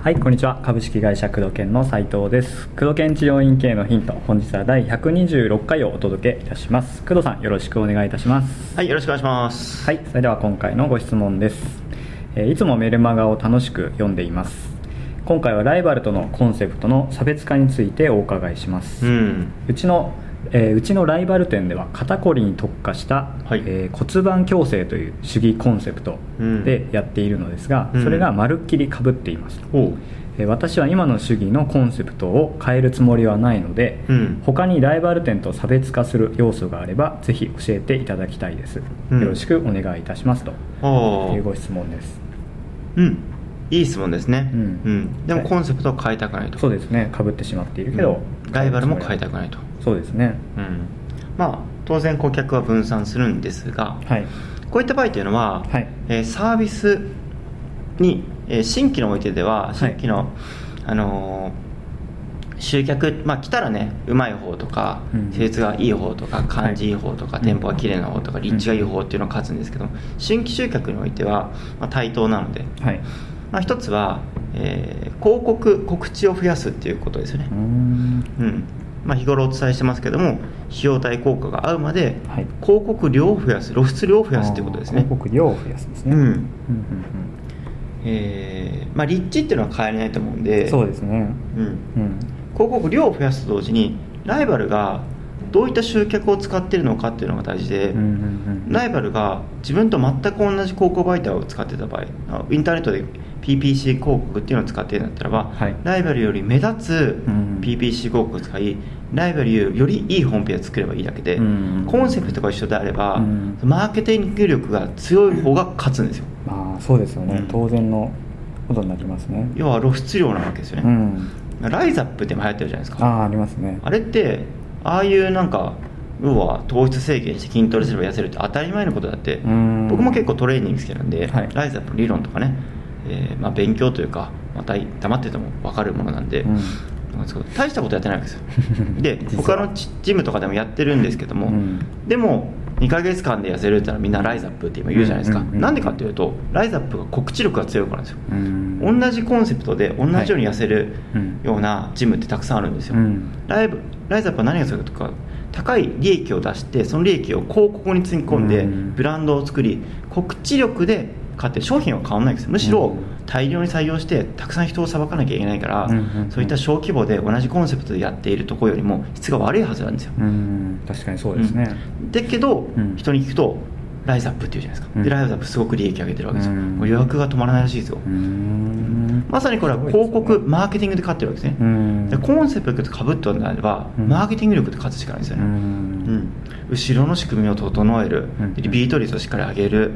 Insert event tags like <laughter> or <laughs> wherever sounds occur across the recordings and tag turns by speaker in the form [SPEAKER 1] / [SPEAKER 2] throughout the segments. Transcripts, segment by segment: [SPEAKER 1] はいこんにちは株式会社工藤研の斉藤です工藤研治療院系のヒント本日は第126回をお届けいたします工藤さんよろしくお願いいたします
[SPEAKER 2] はいよろしくお願いします
[SPEAKER 1] はいそれでは今回のご質問です、えーいつもメルマガを楽しく読んでいます今回はライバルとのコンセプトの差別化についてお伺いします、
[SPEAKER 2] うん
[SPEAKER 1] うちの、えーうちのライバル店では肩こりに特化した、
[SPEAKER 2] はい
[SPEAKER 1] えー骨盤矯正という主義コンセプト
[SPEAKER 2] うん
[SPEAKER 1] でやっているのですが、
[SPEAKER 2] うん
[SPEAKER 1] それがまるっきりかぶっています、
[SPEAKER 2] おう
[SPEAKER 1] えー私は今の主義のコンセプトを変えるつもりはないので、
[SPEAKER 2] うん
[SPEAKER 1] 他にライバル店と差別化する要素があればぜひ教えていただきたいです、
[SPEAKER 2] うん
[SPEAKER 1] よろしくお願いいたしますと
[SPEAKER 2] お
[SPEAKER 1] いう
[SPEAKER 2] う
[SPEAKER 1] ご質問です
[SPEAKER 2] うんいい質問ですね
[SPEAKER 1] う
[SPEAKER 2] うんん、でも
[SPEAKER 1] はい
[SPEAKER 2] コンセプトを変えたくないと
[SPEAKER 1] そう
[SPEAKER 2] う
[SPEAKER 1] ですねかぶってしまっているけど、
[SPEAKER 2] んライバルも変えた
[SPEAKER 1] く
[SPEAKER 2] くないと
[SPEAKER 1] そうですね
[SPEAKER 2] うんまあ当然顧客は分散するんですが
[SPEAKER 1] はい
[SPEAKER 2] こういった場合というのは、
[SPEAKER 1] はい
[SPEAKER 2] えーサービスに、えー新規のおいてでは新規の、あのー集客、まあ、来たらねうまい方とか
[SPEAKER 1] うん
[SPEAKER 2] 施術がいい方とか感じいい方とか、
[SPEAKER 1] はい
[SPEAKER 2] 店舗が綺麗な方とか
[SPEAKER 1] ん
[SPEAKER 2] 立地がいい方っていうのを勝つんですけども新規集客においては、まあ、対等なので、
[SPEAKER 1] はい
[SPEAKER 2] まあ、一つは、えー広告告知を増やすっていうことですよね
[SPEAKER 1] うー、ん
[SPEAKER 2] うんまあ、日頃お伝えしてますけども費用対効果が合うまで、
[SPEAKER 1] はい
[SPEAKER 2] 広告量を増やす露出量を増やすっていうことですね
[SPEAKER 1] 広告量を増やすんですね
[SPEAKER 2] うん
[SPEAKER 1] うんうん
[SPEAKER 2] えーまあ、立地っていうのは変えれないと思うん
[SPEAKER 1] うん
[SPEAKER 2] で
[SPEAKER 1] そうですね
[SPEAKER 2] うん、
[SPEAKER 1] うん
[SPEAKER 2] 広告量を増やすと同時にライバルがどういった集客を使ってるのかっていうのが大事で、
[SPEAKER 1] うんうんうん
[SPEAKER 2] ライバルが自分と全く同じ広告媒体を使ってた場合あインターネットで PPC 広告っていうのを使っているんだったらば、
[SPEAKER 1] はい
[SPEAKER 2] ライバルより目立つ
[SPEAKER 1] うん
[SPEAKER 2] PPC 広告を使いライバルよりよりいいホームページを作ればいいだけで、
[SPEAKER 1] うん
[SPEAKER 2] コンセプトが一緒であれば、
[SPEAKER 1] うん
[SPEAKER 2] マーケティング力が強い方が勝つんですよ
[SPEAKER 1] まあそうですよね、
[SPEAKER 2] うん
[SPEAKER 1] 当然のことになりますね
[SPEAKER 2] 要は露出量なわけですよね、
[SPEAKER 1] うん
[SPEAKER 2] ライザップって流行ってるじゃないです
[SPEAKER 1] あ
[SPEAKER 2] か
[SPEAKER 1] あありますね
[SPEAKER 2] あれってああいうなんか要は糖質制限して筋トレすれば痩せるって当たり前のことだって
[SPEAKER 1] うん
[SPEAKER 2] 僕も結構トレーニング好きなんで、
[SPEAKER 1] はい
[SPEAKER 2] ライザップの理論とかね、えーまあ、勉強というか、まあ、だい黙ってても分かるものなんで、
[SPEAKER 1] うん
[SPEAKER 2] なんかすごい大したことやってないわけです
[SPEAKER 1] <laughs>
[SPEAKER 2] よで
[SPEAKER 1] 実は
[SPEAKER 2] 他のチジムとかでもやってるんですけども、
[SPEAKER 1] うん
[SPEAKER 2] でも2ヶ月間で痩せるって言ったらみんなライザップって今言うじゃないですか、
[SPEAKER 1] うんうんうん
[SPEAKER 2] なんでかっていうとライザップが告知力が強いからなんですよ
[SPEAKER 1] うん
[SPEAKER 2] 同じコンセプトで同じように痩せる
[SPEAKER 1] うん
[SPEAKER 2] ようなジムってたくさんあるんですよ、
[SPEAKER 1] うん
[SPEAKER 2] ライブライザップは何がするかとか高い利益を出してその利益を広告につぎ込んで
[SPEAKER 1] うん
[SPEAKER 2] ブランドを作り告知力で買って商品は変わらないんですよむし
[SPEAKER 1] う
[SPEAKER 2] ろ
[SPEAKER 1] ん
[SPEAKER 2] 大量に採用してたくさん人を裁かなきゃいけないから、
[SPEAKER 1] うんうんうん
[SPEAKER 2] そういった小規模で同じコンセプトでやっているところよりも質が悪いはずなんですよ、
[SPEAKER 1] うん確かにそうですね、
[SPEAKER 2] だけど、
[SPEAKER 1] うん
[SPEAKER 2] 人に聞くとライザップっていうじゃないですか、
[SPEAKER 1] うん
[SPEAKER 2] でライザップすごく利益上げてるわけですよ、
[SPEAKER 1] うん
[SPEAKER 2] もう予約が止まらないらしいですよ、
[SPEAKER 1] うん
[SPEAKER 2] まさにこれは広告、マーケティングで勝ってるわけですね、
[SPEAKER 1] うん
[SPEAKER 2] でコンセプトとかぶったのであれば、
[SPEAKER 1] うん
[SPEAKER 2] マーケティング力で勝つしかないんですよ
[SPEAKER 1] う
[SPEAKER 2] ね、うん
[SPEAKER 1] ん
[SPEAKER 2] 後ろの仕組みを整える、
[SPEAKER 1] うん
[SPEAKER 2] リピート率をしっかり上げる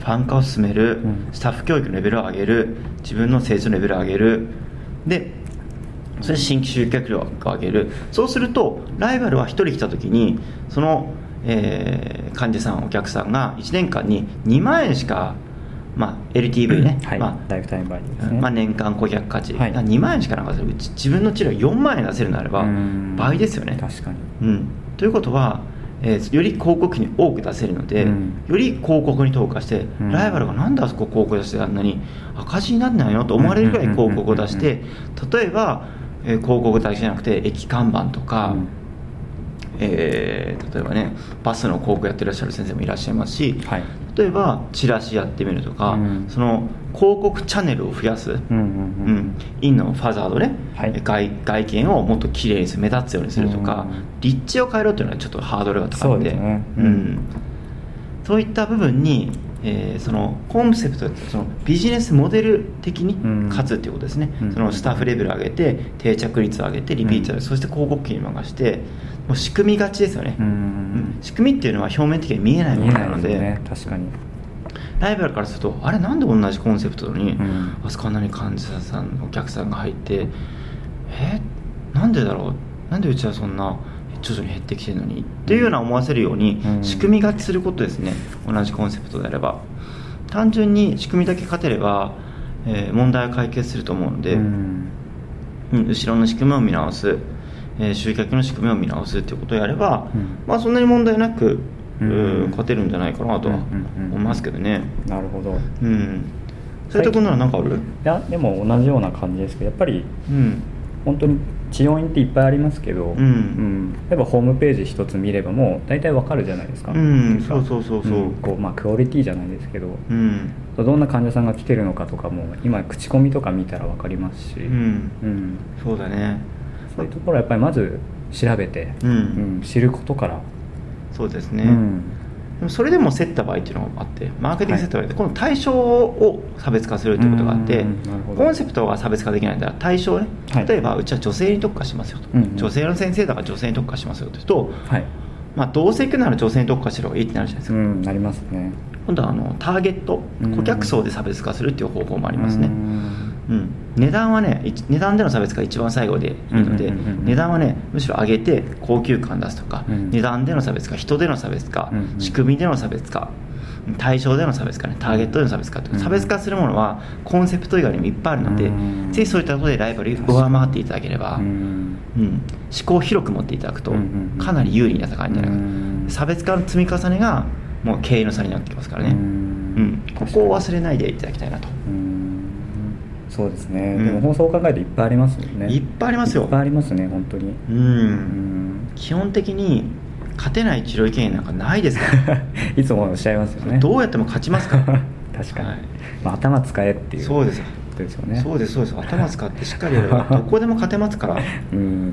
[SPEAKER 2] ファン化を進め
[SPEAKER 1] う
[SPEAKER 2] る、
[SPEAKER 1] ん
[SPEAKER 2] スタッフ教育のレベルを上げる自分の成長のレベルを上げるでそれで新規集客量を上げるそうするとライバルは1人来た時にその、えー患者さんお客さんが1年間に2万円しか、まあ、LTV ね、
[SPEAKER 1] はい、
[SPEAKER 2] まあ
[SPEAKER 1] ライフタイムバリューですね、
[SPEAKER 2] まあ、年間顧客価値、
[SPEAKER 1] はい
[SPEAKER 2] 2万円しかなかったらうち自分の治療4万円出せるならば
[SPEAKER 1] うん
[SPEAKER 2] 倍ですよね
[SPEAKER 1] 確かに
[SPEAKER 2] うん、ということは、えーより広告費に多く出せるので、
[SPEAKER 1] うん
[SPEAKER 2] より広告に投下して、
[SPEAKER 1] うん
[SPEAKER 2] ライバルがなんであそこ広告出してあんなに赤字になんないのと思われるぐらい広告を出し
[SPEAKER 1] う
[SPEAKER 2] て例えば、えー広告だけじゃなくて駅看板とか、
[SPEAKER 1] うん
[SPEAKER 2] えー例えばねバスの広告やってらっしゃる先生もいらっしゃいますし、
[SPEAKER 1] はい
[SPEAKER 2] 例えばチラシやってみるとか、
[SPEAKER 1] うん
[SPEAKER 2] その広告チャンネルを増やす、
[SPEAKER 1] うんうん
[SPEAKER 2] う
[SPEAKER 1] うん
[SPEAKER 2] ん、インのファザードね、
[SPEAKER 1] はい
[SPEAKER 2] 外外見をもっと綺麗にする目立つようにするとか、
[SPEAKER 1] うん
[SPEAKER 2] 立地を変えろっていうのはちょっとハードルが高いんで
[SPEAKER 1] そうですね
[SPEAKER 2] うんそういった部分に、えーそのコンセプトそのビジネスモデル的に
[SPEAKER 1] うん
[SPEAKER 2] 勝つっていうことですね、
[SPEAKER 1] うん
[SPEAKER 2] そのスタッフレベルを上げて定着率を上げてリピート率、
[SPEAKER 1] うん
[SPEAKER 2] そして広告費に任してもう仕組み勝ちですよね、
[SPEAKER 1] うん
[SPEAKER 2] うん仕組みっていうのは表面的には見えないも
[SPEAKER 1] 見え
[SPEAKER 2] のな
[SPEAKER 1] ない
[SPEAKER 2] の
[SPEAKER 1] です
[SPEAKER 2] で
[SPEAKER 1] ね確かに
[SPEAKER 2] ライバルからするとあれなんで同じコンセプトなのに、
[SPEAKER 1] うん
[SPEAKER 2] あそこあんなに患者さんお客さんが入ってえなんでだろうなんでうちはそんな徐々に減ってきてるのにっていうような思わせるように
[SPEAKER 1] うん
[SPEAKER 2] 仕組み勝ちすることですね、同じコンセプトであれば単純に仕組みだけ勝てれば、えー問題は解決すると思うので、
[SPEAKER 1] うん
[SPEAKER 2] うん後ろの仕組みを見直す、えー集客の仕組みを見直すっていうことをやれば、
[SPEAKER 1] うん
[SPEAKER 2] まあ、そんなに問題なく
[SPEAKER 1] うん
[SPEAKER 2] うん勝てるんじゃないかなとは
[SPEAKER 1] うんうんうん
[SPEAKER 2] 思いますけどね
[SPEAKER 1] なるほどい
[SPEAKER 2] うんそういったことなら何かある、
[SPEAKER 1] やでも同じような感じですけどやっぱり
[SPEAKER 2] うん
[SPEAKER 1] 本当に治療院っていっぱいありますけど、
[SPEAKER 2] ん
[SPEAKER 1] 例えばホームページ一つ見ればもう大体わかるじゃないですか、
[SPEAKER 2] う
[SPEAKER 1] な
[SPEAKER 2] ん
[SPEAKER 1] んか
[SPEAKER 2] そうそうそうそうん
[SPEAKER 1] こうまあクオリティじゃないですけど、
[SPEAKER 2] うん
[SPEAKER 1] どんな患者さんが来てるのかとかも今口コミとか見たらわかりますし、
[SPEAKER 2] うん
[SPEAKER 1] うん
[SPEAKER 2] そうだね
[SPEAKER 1] そういうところはやっぱりまず調べて、
[SPEAKER 2] うん
[SPEAKER 1] うん知ることから、
[SPEAKER 2] そうですね、
[SPEAKER 1] うん
[SPEAKER 2] でもそれでも競った場合っていうのがあってマーケティング競った場合って、この対象を差別化するってことがあって
[SPEAKER 1] うんなるほど
[SPEAKER 2] コンセプトが差別化できないんだら対象ね
[SPEAKER 1] はい
[SPEAKER 2] 例えばうちは女性に特化しますよと、
[SPEAKER 1] うんうん
[SPEAKER 2] 女性の先生だから女性に特化しますよと言うと、
[SPEAKER 1] はい、
[SPEAKER 2] まあ、同性なら女性に特化した方がいいってなるじゃないです
[SPEAKER 1] う
[SPEAKER 2] か、
[SPEAKER 1] ん、なりますね
[SPEAKER 2] 今度はあのターゲット
[SPEAKER 1] うん
[SPEAKER 2] 顧客層で差別化するっていう方法もあ
[SPEAKER 1] あ
[SPEAKER 2] りますね、うん、値段はねいち値段での差別が一番最後でいいので、
[SPEAKER 1] うんうんうんうん
[SPEAKER 2] 値段はねむしろ上げて高級感出すとか、
[SPEAKER 1] うん
[SPEAKER 2] 値段での差別化人での差別化、
[SPEAKER 1] うんうん
[SPEAKER 2] 仕組みでの差別化対象での差別化ねターゲットでの差別化って、
[SPEAKER 1] うん
[SPEAKER 2] 差別化するものはコンセプト以外にもいっぱいあるので、
[SPEAKER 1] うん
[SPEAKER 2] ぜひそういったところでライバルを上回っていただければ、
[SPEAKER 1] う
[SPEAKER 2] うん
[SPEAKER 1] ん
[SPEAKER 2] 思考を広く持っていただくと、
[SPEAKER 1] うんうんうん
[SPEAKER 2] かなり有利な戦いになる、
[SPEAKER 1] うん
[SPEAKER 2] 差別化の積み重ねがもう経営の差になってきますからね、
[SPEAKER 1] う
[SPEAKER 2] うんんここを忘れないでいただきたいなと。
[SPEAKER 1] うんそうですね、
[SPEAKER 2] うん
[SPEAKER 1] でも放送を考えていっぱいありますよね
[SPEAKER 2] いっぱいありますよ
[SPEAKER 1] いっぱいありますね本当に
[SPEAKER 2] う
[SPEAKER 1] うんん <laughs>
[SPEAKER 2] 基本的に勝てない治療経営なんかないですから、
[SPEAKER 1] いつもおっしゃいますよね
[SPEAKER 2] どうやっても勝ちますから
[SPEAKER 1] <laughs> 確かに、
[SPEAKER 2] はい
[SPEAKER 1] まあ、頭使えっていう
[SPEAKER 2] そうですよ
[SPEAKER 1] ことですよね
[SPEAKER 2] そうですそうです頭使ってしっかりや
[SPEAKER 1] <laughs>
[SPEAKER 2] ればどこでも勝てますから
[SPEAKER 1] うん
[SPEAKER 2] うん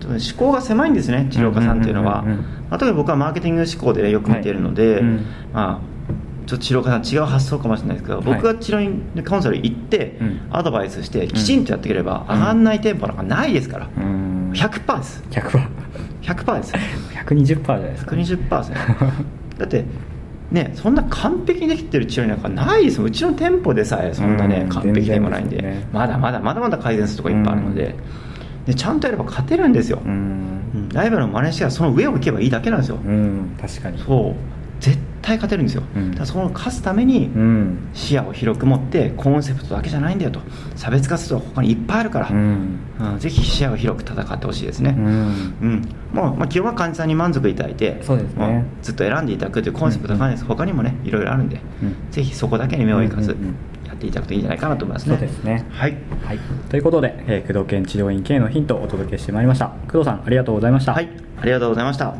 [SPEAKER 2] ちょっとね思考が狭いんですね治療家さんっていうのは
[SPEAKER 1] うんうんうんうん
[SPEAKER 2] まあ特に僕はマーケティング思考でねよく見てるので、
[SPEAKER 1] はいうん
[SPEAKER 2] まあちょっと治療家さん違う発想かもしれないですけど、僕が治療院でカウンセル行って
[SPEAKER 1] うん
[SPEAKER 2] アドバイスしてきちんとやっていければ上がんない店舗なんかないですから
[SPEAKER 1] うん
[SPEAKER 2] 100%です
[SPEAKER 1] 100%
[SPEAKER 2] 100%です
[SPEAKER 1] 120%じゃないですか、
[SPEAKER 2] 120%ですねだってねそんな完璧にできてる治療なんかないですもんうちの店舗でさえそんなね、
[SPEAKER 1] うん
[SPEAKER 2] 完璧でもないんで
[SPEAKER 1] 全然ですよね
[SPEAKER 2] まだまだまだまだ改善するとこいっぱいあるので,、でちゃんとやれば勝てるんですよ、
[SPEAKER 1] <laughs> うん
[SPEAKER 2] うんライバルの真似してはその上を行けばいいだけなんですよ、
[SPEAKER 1] うん確かに
[SPEAKER 2] そう絶対勝てるんですよ、
[SPEAKER 1] うん
[SPEAKER 2] だからその勝つために
[SPEAKER 1] うん
[SPEAKER 2] 視野を広く持ってコンセプトだけじゃないんだよと差別化すると他にいっぱいあるから、
[SPEAKER 1] うん
[SPEAKER 2] うんぜひ視野を広く戦ってほしいですね、
[SPEAKER 1] うん
[SPEAKER 2] うん、もう、まあ、基本は患者さんに満足いただいて
[SPEAKER 1] そうですね
[SPEAKER 2] もうずっと選んでいただくというコンセプトがあるんです、他にもねいろいろあるんで、
[SPEAKER 1] うん
[SPEAKER 2] ぜひそこだけに目をいかず
[SPEAKER 1] うんうん
[SPEAKER 2] やっていただくといいんじゃないかなと思います
[SPEAKER 1] そ
[SPEAKER 2] ね、
[SPEAKER 1] うですね
[SPEAKER 2] はい
[SPEAKER 1] はい、ということで、えー工藤研治療院経営のヒントをお届けしてまいりました工藤さんありがとうございました
[SPEAKER 2] はいありがとうございました